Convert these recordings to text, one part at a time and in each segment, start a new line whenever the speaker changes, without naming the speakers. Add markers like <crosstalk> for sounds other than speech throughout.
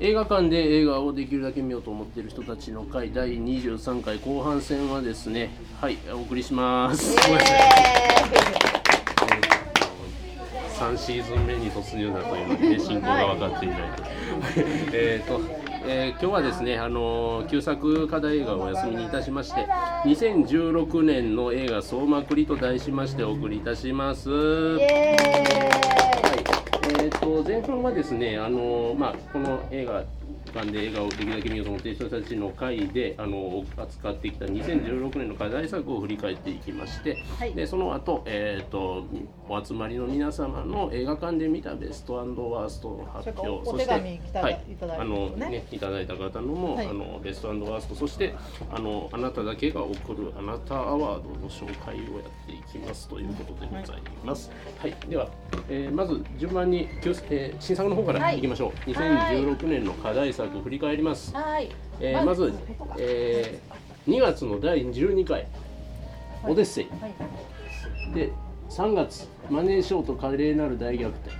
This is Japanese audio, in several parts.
映画館で映画をできるだけ見ようと思っている人たちの会第23回後半戦はですねはいお送りしますごめんなさい3シーズン目に突入だというので、ね、進行が分かっていないと <laughs> えーと、えー今日はですね、あのー旧作課題映画をお休みにいたしまして2016年の映画「総まくり」と題しましてお送りいたします
イエ
は
ー
いえー、と前半はですね、あのまあ、この映画館で映画をできるだけ見ようと思っている人たちの会で、あの扱ってきた2016年の課題作を振り返っていきまして、
はい
でその後、えー、とお集まりの皆様の映画館で見たベストワーストの発
それから
表
お手紙来た
はい
いただい
あ
たん
の
ですね
ね、いただいた方のも、
はい
あのベストワーストそしてあのあなただけが贈るあなたアワードの紹介をやっていきますということでございます。はい、では、えーまず順番に、きょえー新作の方から
はい
いきましょう。
はい
2016年の課題作振り返ります。
はい
えーまず、えー2月の第12回オデッセイ。
はい
で3月マネーショーと華麗なる大逆転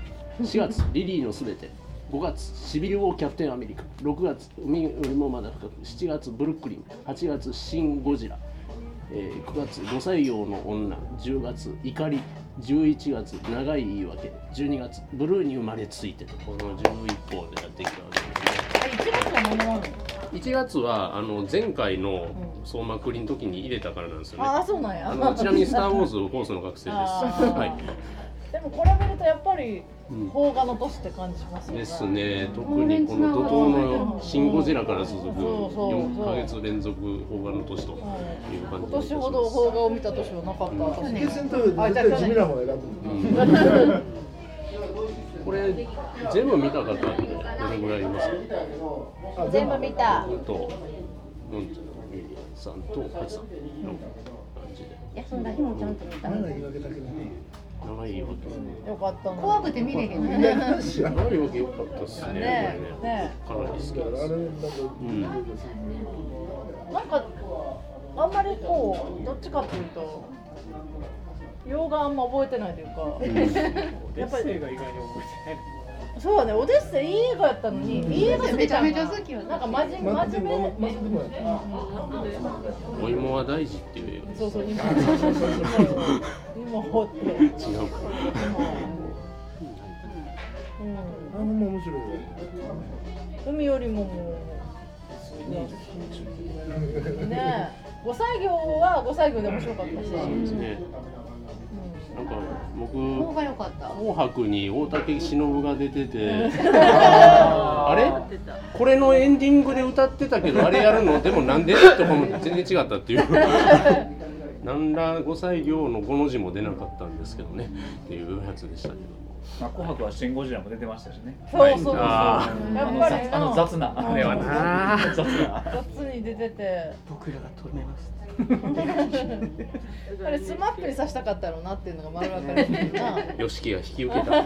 4月リリーのすべて5月シビル王キャプテンアメリカ6月海よりもまだ深く7月ブルックリン8月シン・ゴジラ、えー9月5歳用の女10月怒り11月長い言い訳12月ブルーに生まれついてとこの11本でやってきたわけですね
あ一月は何もある
1月はあの前回の
う
総まくりの時に入れたからなんですよ
の
ね
あそうなんや
あのちなみに「スター・ウォーズ」コースの学生です。
あー
はい
でもこれ見るとやっぱり
うん
邦画の年って感じますよね
ですね、特にこの怒涛の「シン・ゴジラ」から続く
そうそうそう
4ヶ月連続邦画の年という
う
感
ん今
じで
年ほど邦画を見た年はなかった私
ゲーセンと絶対地
<laughs>
味な方を選ぶ
これ全部見た方ってどれぐらいいますか
あ
全部見た
とのんちゃんゆりやさんとはさんの感じで
休んだ日もちゃんと見た。
なんだ言い訳だけどね
長いわけ
よかったな
怖くて見れへんね。
知らんだ
長いわけ良かったですね
ねえね
これねかなり好き
から
で
あ
す
れなんか
うん
なんかあんまりこうどっちかっていうと洋画あんま覚えてないというか、やっぱり
が意外に覚えてない
そうだねオデッセイいい映画やったのに、いい映画好きじゃん
めちゃめちゃ好きよ
なんか真面目
ま
真
で
面
も
目
までもやっ
「
<laughs>
た
お芋は大事」っていう映画
そうそう今今掘って
違うか
う
あのも面白い
ん海よりももうねえ五歳魚は五歳魚で面白かったし、
そうですねなんか僕
方が良かった。
紅白に大竹しのぶが出ててあれこれのエンディングで歌ってたけどあれやるのでもなんでとかも全然違ったっていう <laughs> なんら5歳行の5の字も出なかったんですけどねっていうやつでしたけども
まあ、紅白はシンゴジラも出てましたしね。
そうそうそう、
あ
ー
やっぱり
あの雑な、あれはな。 <laughs> 雑な。
雑に出てて
僕らが止めます。
あれスマップにさしたかったろうなっていうのが丸分かりだったな
吉木が引き受けた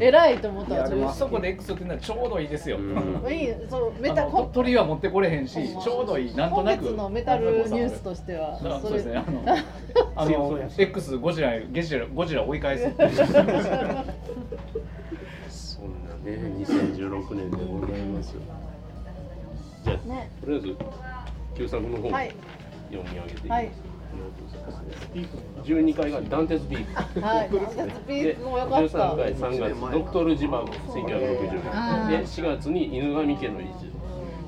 偉いと思っ
い
た
や、
わ
でも、そこで X っていうのはちょうどいいですよ。
うん
いいそうメ
メ
タ
タ、
こ
鳥は持ってこれへんし、ちょうどいい、なんとなく。
今月のメタルニュースとしては
あそう
れ
ですね、あの、 <laughs> あの、X ゴジラ、ゲジラ、ゴジラ追い返す。
そんなね2016年でございますじゃあ、
ね
とりあえず旧作の方
はい
読み上げていきます、
は
はいい12回がダンテスピーク
はいダンテスピークも良かった
13回3月ドクトル・ジバゴ1960
あー
年で4月に犬神家の一時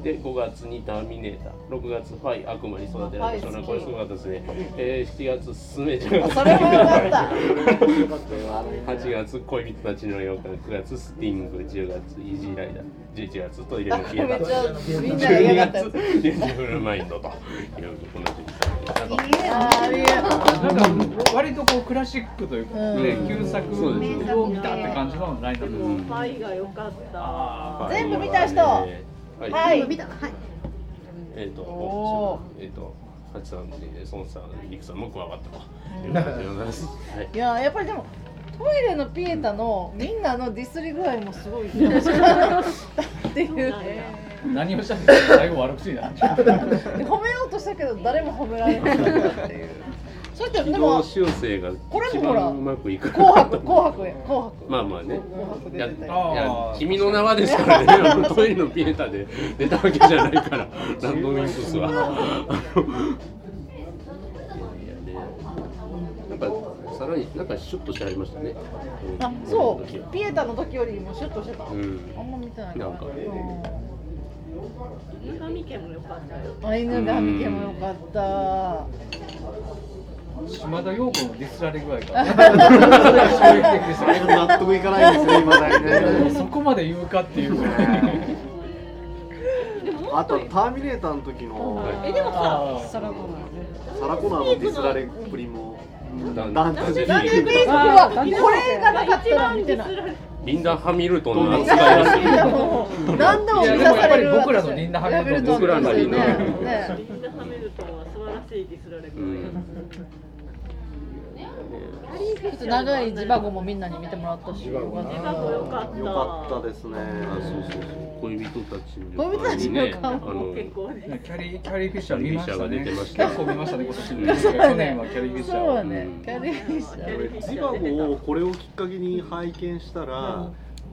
で5月にターミネーター6月ファイ悪魔に育てられた少年これすごかったですね、えー、7月スメちゃん
あそれも良かった
8月恋人たちの予感9月スティング10月イージーライダー11月トイレ
あ
の
め
消
っ
え
ち
た
ゃみんなが
12
嫌がった
月
やつ
ビューティフルマインドというこの時期
いいえ。
あーいや
なんか、割とこうクラシックというか、ね
うん
旧作
そうですね
を見たって感じのラインナップです。
愛が良かった。
あ
全部見た人
は
は
はい
今見た。はい。
えっと
お
えっとハチさんえー孫さんリクさんも加わったという感じでございますはい
いややっぱりでもトイレのピエタのみんなのディスり具合もすごい楽しかったっていう
ー何をしたって、
<laughs>
最後悪口になっちゃう。
で褒めようとしたけど誰も褒められなかったっていうそうやって
軌
<laughs>
でも
道修正が
これ
一
もほら
番うまくいく
紅白紅白や紅白
まあまあね
紅白
い
で
やい
出たよ。
や
あー
君の名はですから
<laughs>
ねトイレのピエタで出たわけじゃないからランドミックスは。いやねなんかさらになんかシュッとしてありましたね。
あそうピエタの時よりもシュッとしてた。
うん
あんま見てない
なんか
犬神家も良かったよ。
うんアイヌが見てもよかった。
島田陽子のディスられ具合が
<laughs>
衝撃的でしたね
納得いかないですね、今だにね。
そこまで言うかっていうぐらい
でも
あと、ターミネーターの時の
えでもさ、
あー
サラコナーのディスられっぷりも、
だ
ダン
ん
タジ
ランニングレースはこれがなかったら見てない。
リンダ・ハミルトンの扱いです
いや
よ。
もう何でも満たされる
いやでもやっぱり僕らのリンダハミルトン
僕らのリンダハミルトン
僕らのリンダ
ですよね
リンダハミルトンは素晴らしいディスられ具
う
合
ん
ねちょっと長いジバゴもみんなに見てもらったし
ジバゴな
ジバゴ良かった。
良かったですね。
あそうそうそう恋人たちの
恋人たちの顔
あ
もう
の
結構ね。
キャリーキャリーフィッシャー見ましたね。
キャリーフィッシャーが出てましたね
結構見ましたね今年
そうだね
去年はキャリーフィッシャー
そう
を。
だね
うん
キャリーフィッシャー
俺ジバゴをこれをきっかけに拝見したら、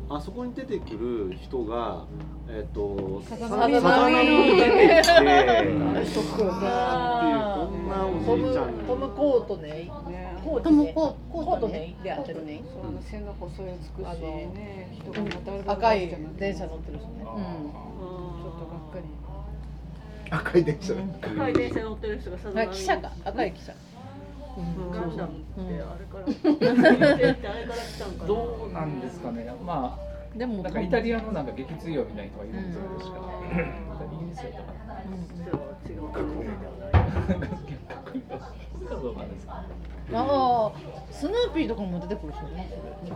あそこに出てくる人が、えっと、
魚
魚魚に出てきて、
ん
あれ
シ
そ
ョ
っ
ッ
か
クよ
な
なん
ていう、こ
ト
んなおじい
ム
ちゃんに。
トムコートねコート
トム
ね
ココ
コー
ー
ト
トね
ね
で
で
あ
合
っ
ってて
る
る
ね
ね。
そうあの線の細い美しいね人がまた
赤い電車乗ってるしね
あ
ちょっとがっ
ち
かり
赤い電車だ。
赤い電車乗ってる人がさ
うんあ記者か赤い記者
ガンダムってあれから、あれから来たんかな。
どうなんですかね。ま
で
あ
も
なんかイタリアのなんか激強いみたいな人がいるんですよ確か。イギリスやったかな。
違う。
かどうかですか。
ああスヌーピーとかも出てくるしね違う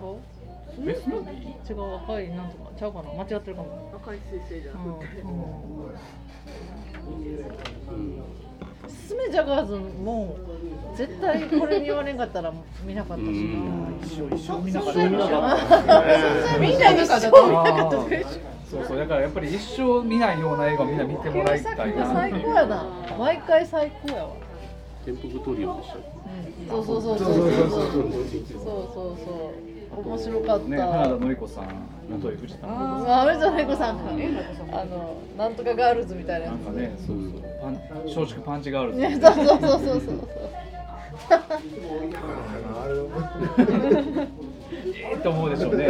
ベスノビ
違う赤いなんとかちゃうかな間違ってるかも、
赤い彗星じゃなくて。
うんうん
うん
スメジャガーズも絶対これに言われんかったら見なかったし
うん
みんな一緒
ー。あーそうそうだからやっぱり一生見ないような映画をみんな見てもらいたいなって
最
いう
高やな毎回最高やわ、
転覆トリオでしたっ
うん、そうそうそうそうそうそうそうそうそう面白かった、
ね花田典子さん元井藤田さん
あめちゃめこさんあのなんとかガールズみたいなや
なんかねそうそうパン松竹パンチガール
つ
ズ
ねそうそうそうそうそう
あれは
えーって思うでしょうね。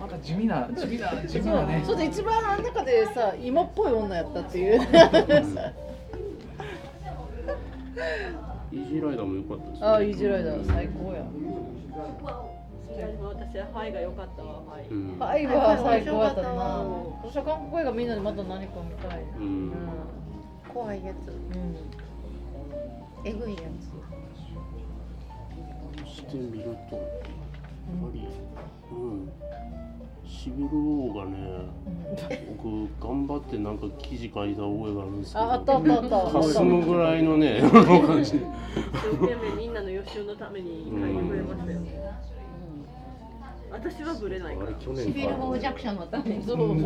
また地味な地味な地味なね
ちょ。っと一番あの中でさ今っぽい女やったっていう
けイージーライダーも良かったですね
ああイージーライダー最高や
私はハイが良かったわ。ハイ。
うん
ファイブは最高やったな。そしたら韓国映画みんなでまた何か見たい。
う
うんん。
怖いやつ、えぐいやつ。
そして見るとやっぱりうんシビル王がね僕頑張ってなんか記事書いた覚えがあるんですけど
ああったあったあったあった
かすむぐらいのね感じで
一生懸命みんなの予習のために書いてくれましたよ。私はブレ
あ
ない
れ
から。
去
シ
年
ビル
か
ボー弱者のために。
そうそう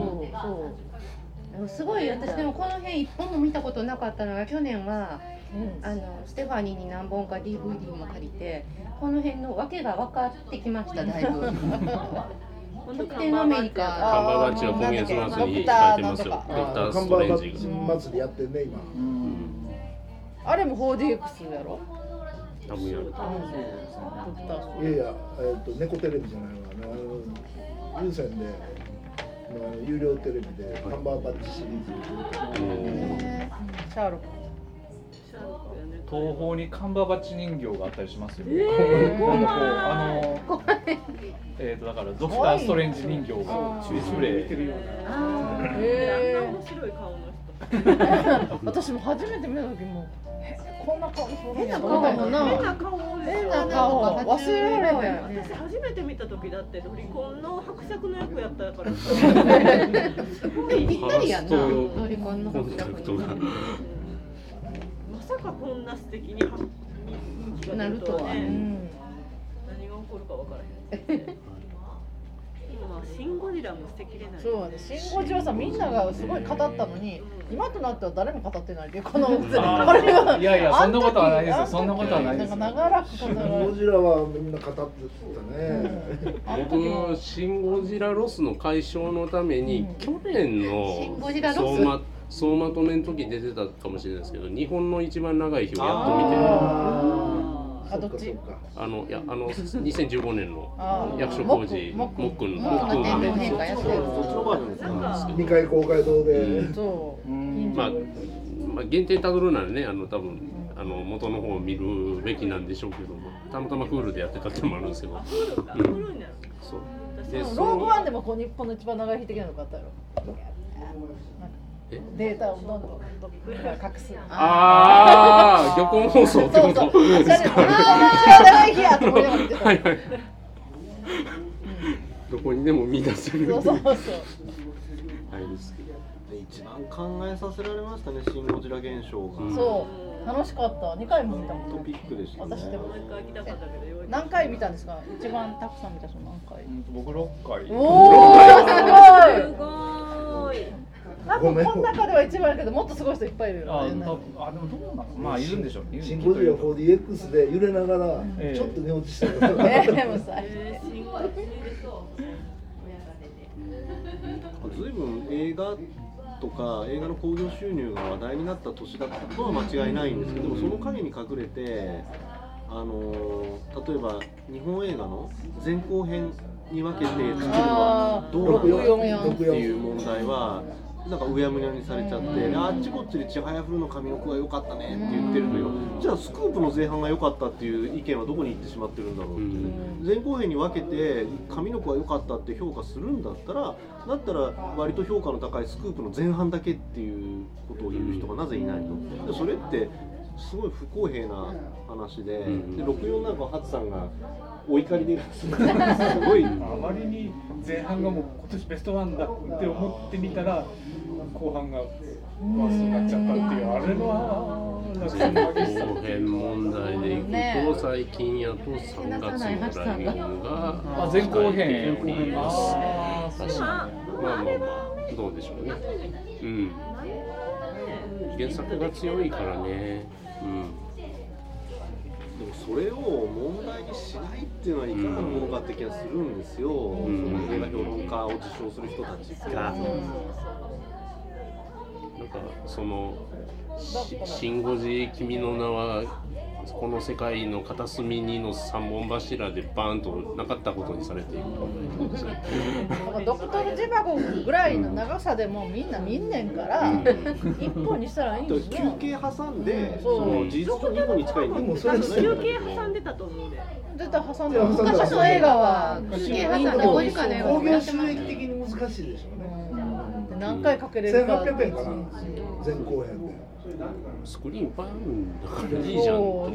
そ
すごい私でもこの辺一本も見たことなかったのが去年は
う。うん。
あのステファニーに何本か DVD も借りてこの辺の訳が分かってきましただいぶ。特定のアメリカ
カンバーバッチは今月末に控えてますよドク
あ
タース
看板
トレンジ
祭りやってんね、今。
うん。
あれも 4DX やろ。
が多分やる
ドクター
いやいや、えっと、猫テレビじゃないわ、ね、あの、有線で。あの有料テレビで、ハンバーバッチシリーズ。
シャーロック。
東宝にカンバーバッチ人形があったりしますよ。
えー
なんかこうあのえっとだからドクターストレンジ人形がディスプレイ。
あん
へ
な面白い顔の人。
え。私も初めて見た時もへこんな顔するんやと
変な顔
思ったもん
変
な。
な顔
変な顔忘れられへん。
私初めて見た時だってドリコンの伯爵の役やったからさ。すごい。
ぴったりやな。
ハラスと
ドリコンの
コンタクトが
まさかこんな素敵には人気が出るとは
う
ね。
ん。
何が起こるかわからへん。今シンゴジらも捨てきれない。
そうね、信号場さんみんながすごい語ったのに、今となっては誰も語ってないでこのこれ
あー
はい
やいやそんなことはないですよ
あ時
そんなことはないです
んか長らく語ら
ゴジラはみんな語ってたね。
僕も「シン・ゴジラロス」の解消のために、
うん
去年
シン
の
ゴジラロス
総ま総まとめの時に出てたかもしれないですけど日本の一番長い日をやっと見てあ
あーあどっ
そ
ち
かそか
のいやあの2015年の
あー
役所工事
もっく
もっくん
もっく
もっ
ん
くん
の天皇
で
変化やって
そ
る
っちのバージョンです
な
か
んか
二回公会堂で
う
そう
うん
まあ、まあ、原点たどるならねあの多分あの元の方を見るべきなんでしょうけどもたまたまクールでやってたってのもあるんですけど
あ、フルか、フルになる。
そう
私
で
は
そ
ローグ
の
ワンでもこう日本の一番長い日的なのがあったやろなんか
え
データをどんどんどんどん隠す
ああ漁港放送って
そう
こ
そう
と
おし
で
ゃ
す
れな
か
あー長い日やと思いながら見てた
はいはい。どこにでも見出せる。
そうそうそう
あれですけど。
で一番考えさせられましたねシン・ゴジラ現象が、
うん
そう楽しかった二回も見たもん
トピックでしたね
私でも
もう一回来たかったけど、ようやく
何回見たんですか一番たくさん見た人何回
うん僕六
お
回
お
す
すごい
ごーい。
多分この中では一番やけどもっとすごい人いっぱいいるよ
あ
ね
多分あでもどうなのまあいるんでしょうね
シンゴジラ 4DX で揺れながら
ええ
ちょっと寝落ちしてたから、
ねでもさ
えー、信号
ずいぶん映画とか映画の興行収入が話題になった年だったことは間違いないんですけどもその陰に隠れてあのー例えば日本映画の前後編に分けて作るのはどうなの
64
っていう問題はなんかうやむやにされちゃって、
うん
であっちこっちで「ちはやふるの髪の子が良かったね」って言ってるのよ、じゃあスクープの前半が良かったっていう意見はどこに行ってしまってるんだろうってね、前後編に分けて髪の子が良かったって評価するんだったらだったら割と評価の高いスクープの前半だけっていうことを言う人がなぜいないと。でそれってすごい不公平な話で,、
ん
で64なんかはハツさんがお怒りですごい
あまりに前半がもう今年ベストワンだって思ってみたら後半がワースになっちゃったっていうあれのあーなんかその激しさ
後編問題でいくと最近やと3月のライオンが
あ前後編
おります。
あー
確かにまあまあまあどうでしょうね。うん。原作が強いからね。うん。
でもそれを問題にしないっていうのはいかがなものかって気がするんですよ、
ん
その映画評論家を自称する人たちが。
なんかそのしシンゴジ君の名はこの世界の片隅にの三本柱でバーンとなかったことにされている
なんかドクトル・ジバゴぐらいの長さでもうみんな見んねんから一本にしたらいいん
休
ですよ
憩挟んで、
そう
その事実上日本に近い
でも
日
そ
本
れ
じゃない
休憩挟んでたと思うね。
絶対挟んで
いや挟んだ
昔の映画は休憩挟んで5時間の映画
工
もや
業
って
収
ます
益的に難しいでしょうね。
何回かけれるか
1800円かな前後編で。
スクリーンいっぱいあるんだからいいじゃんと思うん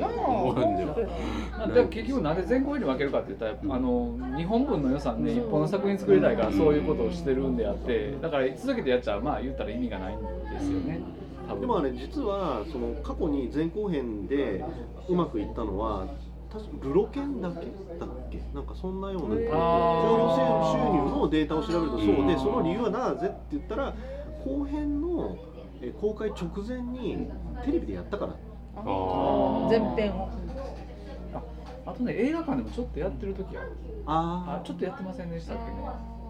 だよ。
まあでも結局なんで全公演に分けるかって言ったらやっぱあの日本分の予算で一本の作品作れないからそういうことをしてるんであってだから続けてやっちゃまあ言ったら意味がないんですよね多分
でもあれ実はその過去に前後編でうまくいったのは確かルロケンだけだっけなんかそんなような興行収入のデータを調べるとそうでその理由はなぜって言ったら後編のえー公開直前にテレビでやったから
あ
前編を
あとね映画館でもちょっとやってる時あるあ
あ
ちょっとやってませんでしたっけね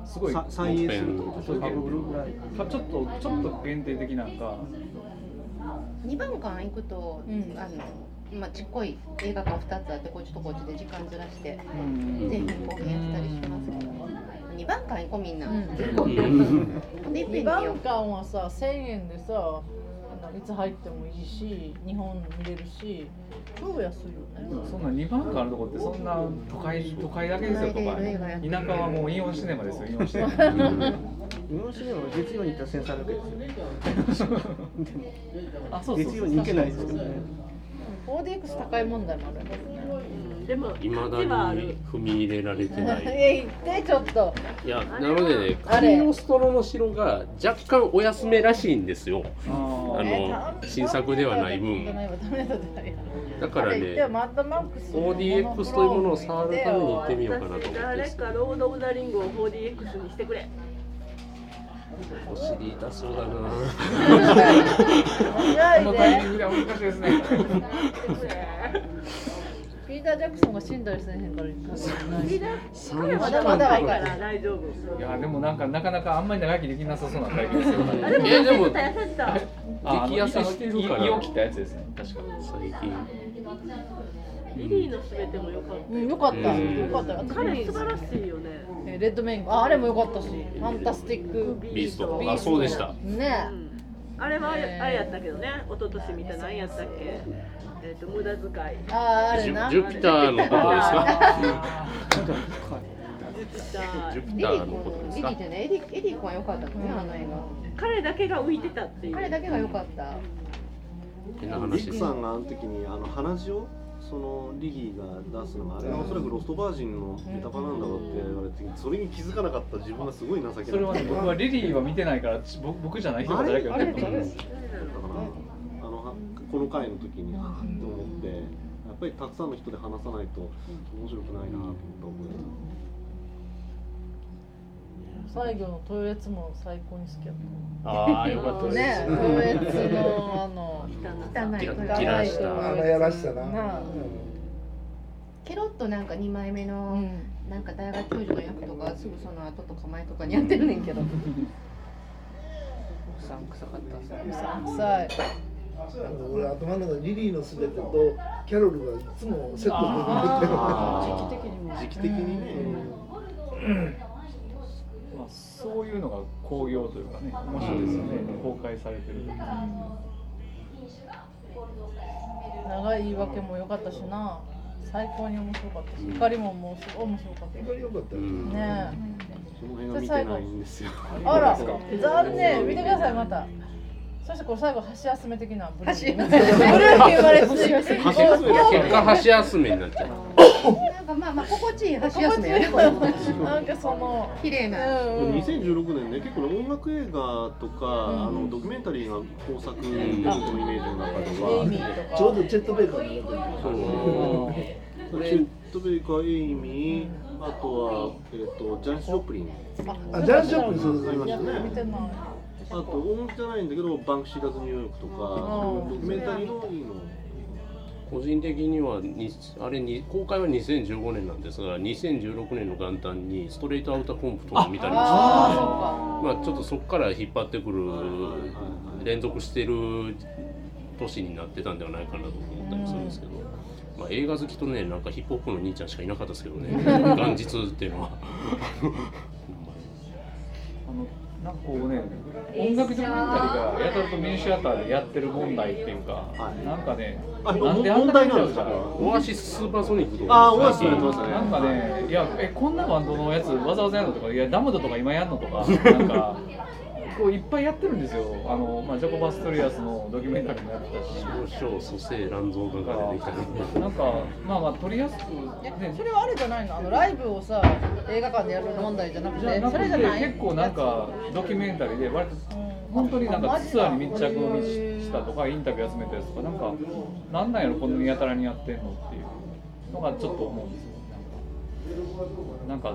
すごい
あ再映するってこと
ちょっと限定ちょっとちょっと限定的なんか
2番館行くと、
うん
あのまあちっこい映画館2つあってこっちとこっちで時間ずらして
うん
全品公演やったりしますけど2番館行こうみんな、
うん
でいっぺ
2
ん見よ
番館はさ1000円でさあのいつ入ってもいいし日本見れるし超安いよね
そんな2番館あるとこってそんな都会都会だけですよ都
都会で
会
映画やってる
田舎はもうイオンシネマですよイオンシネマ
<laughs>
<laughs> 日本酒でも月曜に行ったら1300円ですよ
あそうそう
月曜に行けないですよね
4DX 高い問題もあるんだけどね
うんでも、
いまだ
価値はあ
に
る。
踏み入れられてない。
え行ってちょっと
いや、なのでね、
あ
カ
れ
リオストロの城が若干お休めらしいんですよ。
あ
あ
ー
の新作ではない分
ダメだダメだダメだ
だからね、
でマッドマックス
4DX というものを触るために行ってみようかなと思って
私誰かロード・オブ・ザ・リングを 4DX にしてくれ。
お尻痛そうだな。
ないね
このタイミングでは難しいですね。
ピーター・ジャクソンが死んだりせえへんから
ピーター
彼は
まだまだ若いから大丈夫。
いやでもなんかなかなかあんまり長生きできなさそうな体験ですよね。
あ
<laughs>
でも
え
痩せてた痩せてた。
あ
激痩せしてるから
胃を切ったやつですね。確か。
最近。
リリーのすべても良かっ
うんよかった
うん
よかった
た。彼素晴らしいよね。
えレッドメインああれもよかったしファンタスティック
ビースト
ビ。
あ、
ースト
そうでした。
ね
あれはあれ
ね
あれやったけどね、一昨年みたいな何やったっけ、えっ、と無駄遣い。
あああ
ジ
れな
ュジュピターのことですか。
ジュピタ
<laughs>
ジュ
ー。
ピ
リ
タ
リ
ー
ー
のこと
コン
です
リリー
か
じ。ゃないエリエリコは良かったですねあの映
彼だけが浮いてたっていう。
画彼だけが良かった
変な話で
リック
す。
さんがあの時にあの鼻血をそのリリーが出すのがあれはおそらくロストバージンのネタパなんだろうって言われてそれに気づかなかった自分がすごい情けない
それはね僕はリリーは見てないからち僕僕じゃない人が誰か言ってる。
だったかなあのはこの回の時にあーって思ってやっぱりたくさんの人で話さないと面白くないなと思った思いが
最後のトイレツも最高に好きやっ
ああ、よかった
た
で
ね
す。
トイレツのあの
汚い
ギラギラした
あのやらしさな、
なあ
う
ケロッとなんか二枚目
う
の
ん
なんか大学教授の役とかすぐその後とか前とかにやってるね
<laughs>
んけど
奥さん臭かったですね
うさんくさい
んなんか俺頭の中にリリーのすべてとキャロルがいつもセットで出て
あ
時期的にも
時期的にね、
まあそういうのが興行というかね面白いですよね。公開されてる。
長い言い訳も良かったしな最高に面白かったし光ももうすごい面白か
くる。よかった
う
よ。
ん。
ったね
その辺が見てないんですよ
えあら残念見てくださいまたそしてこれ最後箸休め的なブルーブルーに生まれて
箸休め
結果、箸休めになっちゃう。
なんかまあまあ心地いい箸休めやねこれ
<laughs>
なんかその
綺麗な
うんうん
2016年ね結構ね音楽映画とか、あのドキュメンタリーが豊作で僕のイメージの中で
エイミ
は
ーとか
ちょうどチェットベイカーの中
チェット・ベイカー・エイミーあとは、えー、とジャニス・ジョプリン
あジャンショップにそう
ありました
見
ね
てない
あと音楽じゃないんだけどバンクシー・ダズ・ニューヨークとか
うん
ドキュメンタリーのいいの
個人的にはにあれに公開は2015年なんですが2016年の元旦にストレートアウターコンプトンを見たりもして
あ
まあちょっとそこから引っ張ってく
はい
る連続してる年になってたんではないかなと思ったりもするんですけど、まあ、映画好きとねなんかヒップホップの兄ちゃんしかいなかったですけどね元日っていうのは
あのなんかこうね音楽ドキュメンタリーがやたらとミニシアターでやってる問題っていうか、
はい
なんかね
あ
なんであんなに見ちゃう
問題なんです
か
か
オアシススーパーソニックとか
あーオアシスやってましたね
なんかね、いや、え、こんなバンドのやつ、わざわざやるのとか、いや、ダムドとか今やんのと
<laughs>
か、なんか。こういっぱいやってるんですよ。あの、まあ、ジョコバストリアスのドキュメンタリーもやってたし。
少々蘇生乱造
な
文
んか
が出てきたり
なんか、まあまあ、取りやすく、
え
ね
そ、れはあれじゃないのあのライブをさ映画館でやる問題じゃなく
じゃ
て
な
それじゃ
く
ない
て、結構なんか、ドキュメンタリーで、割と。本当になんかツアーに密着をしたとかインタビュー集めたやつとかなんかなんなんやろこんなにやたらにやってんのっていうのがちょっと思うんですよなんか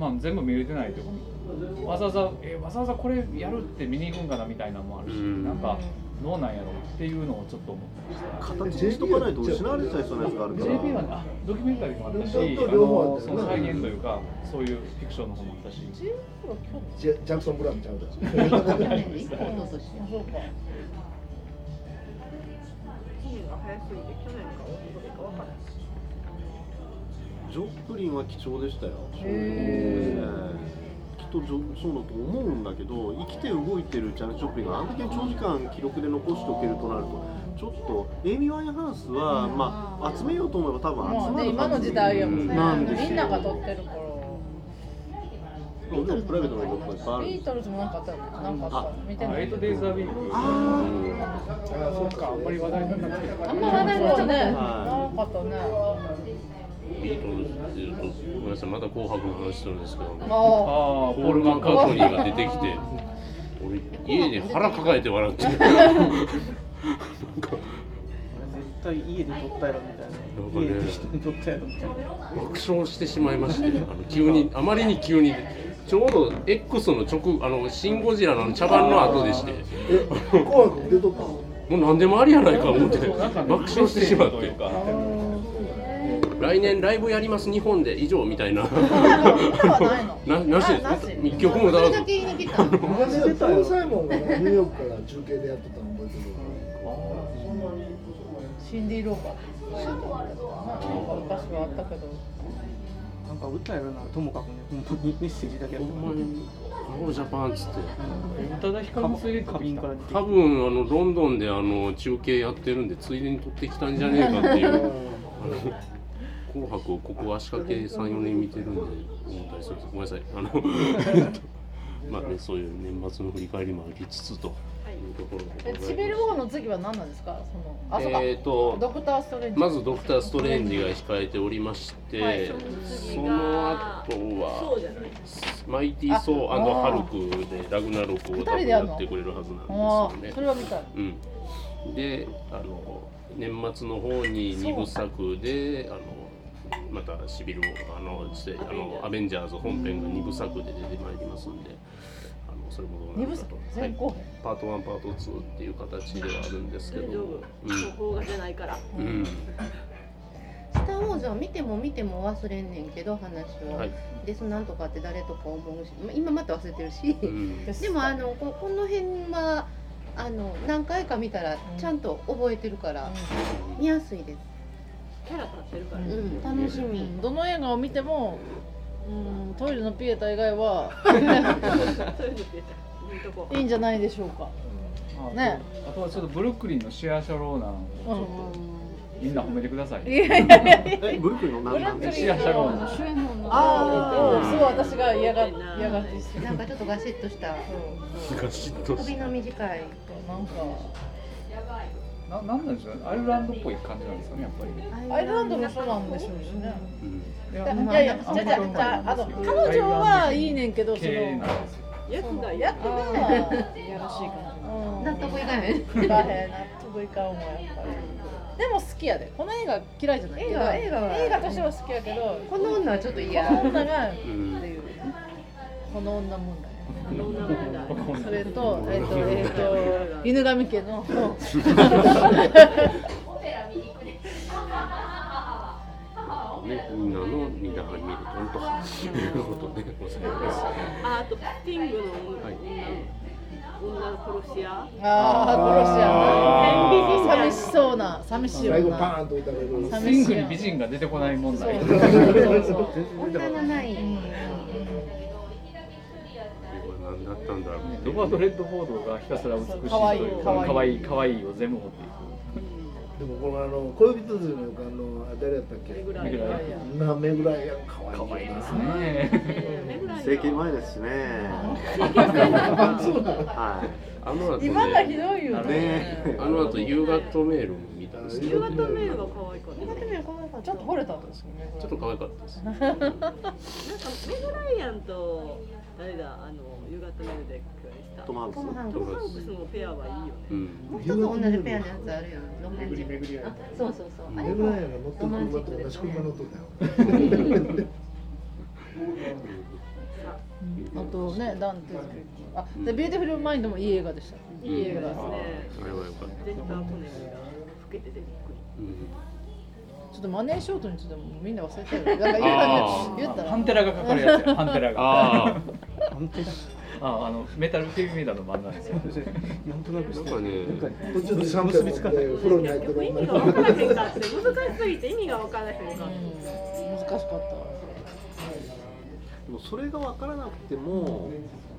まあ全部見れてないというかわざわざえわざわざこれやるって見に行くんかなみたいなのもある
う
し
ん
なんかどうなんやろっていうのをちょっと思ってました
形にしとかないと失われちゃいそうなやつがあるから
JP はねあドキュメンタリーもあったしあ
ちょっと両方あ
の
った
そ
よね
の再現というかそういうフィクションの方もあったし
ジャジャクソン・ブラウンちゃうだ
去年で一個落として
そうか
去年が早すぎて去年か一昨年かわからない。
ジョプリンは貴重でしたよ。
へ
きっとジョそうだと思うんだけど生きて動いてるジャニス・ジョプリンがあんだけ長時間記録で残しておけるとなるとちょっとエイミー・ワインハウスは、まあ、集めようと思えば多分集
まあ
まるはず
ね今の時代やもんね
なんですよ
みんなが撮ってるから
僕らプライベートの音楽もいっぱいある
ビートルズもなんかあったよなんかあった見て
あ
な
エ
い
イトデイズアウィーク
あ
あそうか、あんまり話題になって
あんま話題になっちゃねな
は
かったね
ビートルズっていうとごめんなさいまた「紅白」の話するんですけど
あ
あ
あ
ポール・マッカートニーが出てきて俺家で腹抱えて笑ってる
絶対家で撮ったやろみた
ん
い
か
な
ね
家で人に撮ったやろみたいな
爆笑してしまいましてあの急にあまりに急にちょうど X の直あのシン・ゴジラの茶番の後でして
え紅白出とったの
もう何でもありやないか思って
そうなんかね
爆笑してしまっ
とい
て
うか
来年ライブやります日本で以上みたいな <laughs>
ない
ななし
なし
一曲もだらず
昔はトロサイモンがニューヨークから中継でやってたの覚えてる
シンディローバーシンディローバー昔はあったけど
なんか歌やるならともかくね、本当にメッセージだけやってもらう
ハロージャパンっつって
ただ光の水花瓶から
多分あのロンドンであの中継やってるんでついでに撮ってきたんじゃねえかっていうあの紅白をここ足掛け34年見てるんで思ったりするんですごめんなさいあのまあねそういう年末の振り返りもありつつというところでござい
え
ます
チビル王の次は何なんですかそのあそうか、
えーと
ドクターストレンジ
まずドクター・ストレンジが控えておりまして、
はい
その後
そう
は
じゃない
マイティー・ソーハルクでラグナロクを多
二人
分
でや
や
るの
ってくれるはず
あ
なん
あ
です
そ
よ
れ
ね。
は見たい
うん、であの年末の方に2部作であのまたシビルをあのしてあのアベンジャーズ本編が2部作で出てまいりますんで。あのそれもどうな
二
る
部
か
作
と、は
全
い、
後編
パート1パート2っていう形ではあるんですけ
大丈
ど、
夫
うん
方がじゃないから
うん、
スター・ウォーズは見ても見ても忘れんねんけど話を、
はい
でそのなんとかって誰とか思うしま今また忘れてるし、
うん
でもあのここの辺はあの何回か見たらちゃんと覚えてるから、見やすいです、
キャラ立ってるから
う
ね
ん、楽しみ、
どの映画を見てもうんトイレのピエタ以外
<laughs>
は
そういうの出たいいとこ
いいんじゃないでしょうかね
ねあとはちょっとブルックリンのシェアシャローナン
う
をみんな褒めてください
んいやいやいや
えブルックリンの何なん
ブ
で
ルック
す
リン
シェアシャローナン
主演の女
ああ
うん
そう私が嫌が嫌がってし
なんかちょっとガシッとした
ガシッと
首の短い
なんか
ななんなんでしょうねアイルランドっぽい感じなんですかねやっぱり
アイルランドもそうなんでしょうしね
うん
い
いや
なん
い
か
やいや
あん
じ
ま
ゃ
り
じゃ
わ
じ
か
ゃ
ん
あ
ない
の
んですけ
彼
ど
女はいいねんけどその
系なんですよ
やつがいい
やってが
いやらしい感じの
うん
納得いかない
いかへん納得いかんわやっぱりでも好きやでこの映画嫌いじゃない
映画映画は
映画としては好きやけど
この女はちょっと
こ
嫌
の女が
うん
っていう
この女問題
この女問題
それと、えっ、と、えっ、 <laughs> と、犬神家の。
ね、みんなのみんなが見る本当ということでございます。
ああとスティングの女,、
はい
女の殺し屋
ああ、殺しやな。
あー
寂しそうな、寂しい
最後パ
女。
ーンと打たれる
寂
シングに美人が出てこない問
そう
題
そうそうそう。
女のない、
これ何だったんだろう
ロバート・レッドフォードがひたすら美しいという
可愛い
か
可愛い
わいいかわいいを全部持ってい
でもこのあの恋人ずの予感のあ誰やったっけ
目ぐら
目
い
黒
が
が
なめぐらいやんか
くか
わ
わ
い
い
い
い
よ
で
な
すね
目ぐらいが
整形前ですしね
あそうなの
はい
あの後
今が
ね、
ひどいよね
ね。
あの後夕方メールも見たんですけ
夕
ど、
方メールが可愛かった、ね、
ちょっと惚れたんですよね。
ちょっと可愛かったです。
なんかメグライアンと誰だあの夕方メールで共演した
トム・ハンク
ト
ス
ム・ハン
ト
ク
ムハンクスのペアはいいよね、
うん、
もう一つ同じペアのやつあるよロマンチックあそうそうそうあ
め
れ
ぐら
も
いが乗ってる車と同じ車乗っとったよ
あとね、ダンテズクあ、で、ビューティフルマインドもいい映画でした。
いい映画ですね
あれは良かった。
ジェニファー・コネリーが老けててびっく
う
り
ん、
ちょっとマネーショートについても、みんな忘れてる。なんか
あ
今ね、言ったら。
ハンテラがかかるやつやハンテラが
あ
なんてだ
ああのメタルヘビーメタルの漫画ですよ
<laughs> なんとなく
あ、な
し
ん
て
かね、
途中でシャンプー持って風呂に入ってる
逆意
女
味
の
が
子
分からへんかって難しすぎて意味が分からへんかっ
うん難しかった。
でもそれが分からなくても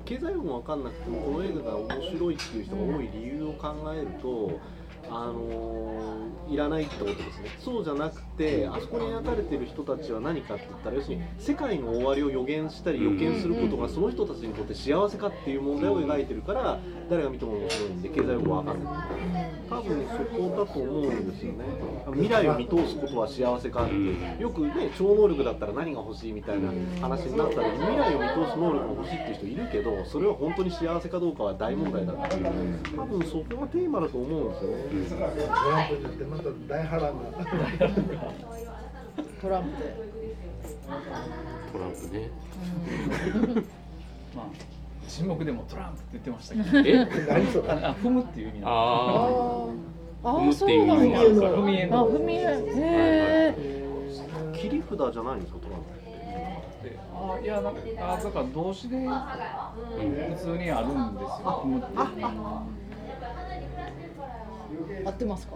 経済力も分かんなくてもこの映画が面白いっていう人が多い理由を考えると、あのーいらないってことですねそうじゃなくてあそこに描かれてる人たちは何かって言ったら要するに世界の終わりを予言したり予見することがその人たちにとって幸せかっていう問題を描いてるから誰が見ても面白いんで経済力も分かんない多分そこだと思うんですよね未来を見通すことは幸せかっていうよくね超能力だったら何が欲しいみたいな話になったら未来を見通す能力が欲しいっていう人いるけどそれは本当に幸せかどうかは大問題だっていう多分そこがテーマだと思うんですよね、
トランプになってまた大波乱が
トランプで。
トランプね。
<laughs> まあ沈黙でもトランプって言ってました <laughs> け
え
ど何
<laughs>
それあ踏むっていう意味なん
あ
あ
踏む
ー
って
そ
いう
う
意
なん
味も
だ。あ
あるから
踏み絵の
踏み絵。へ
切り札じゃないんですかトランプって
であいやなんかあだから動詞で普通にあるんですよ踏むっていう
え。合ってますか。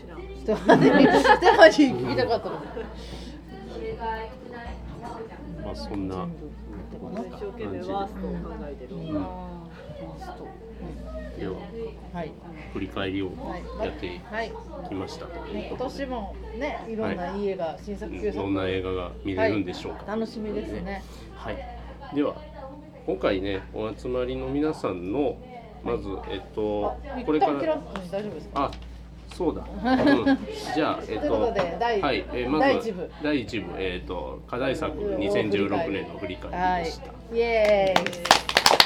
知らん
ステファニー。ステファニー聞いたかったの。
まあそんな
一生懸命ワーストを考えてる。
では
<laughs> はい。
振り返りを
はい。
やって
はい。
きました。
ね今年もね、いろんな家が新作旧
ど
作
んな映画が見れるんでしょうか。
楽しみですね。
はい、では今回ねお集まりの皆さんのまずえっと
あ、一
これか
旦切ら
ら
ずに大丈夫ですか。
あそう
<laughs>
だ、うん、じゃあえっ
ということで第
はい、えーまず
第一部
第一部えっと課題作
うん
2016年の振り返りでした。
はい。イエーイ。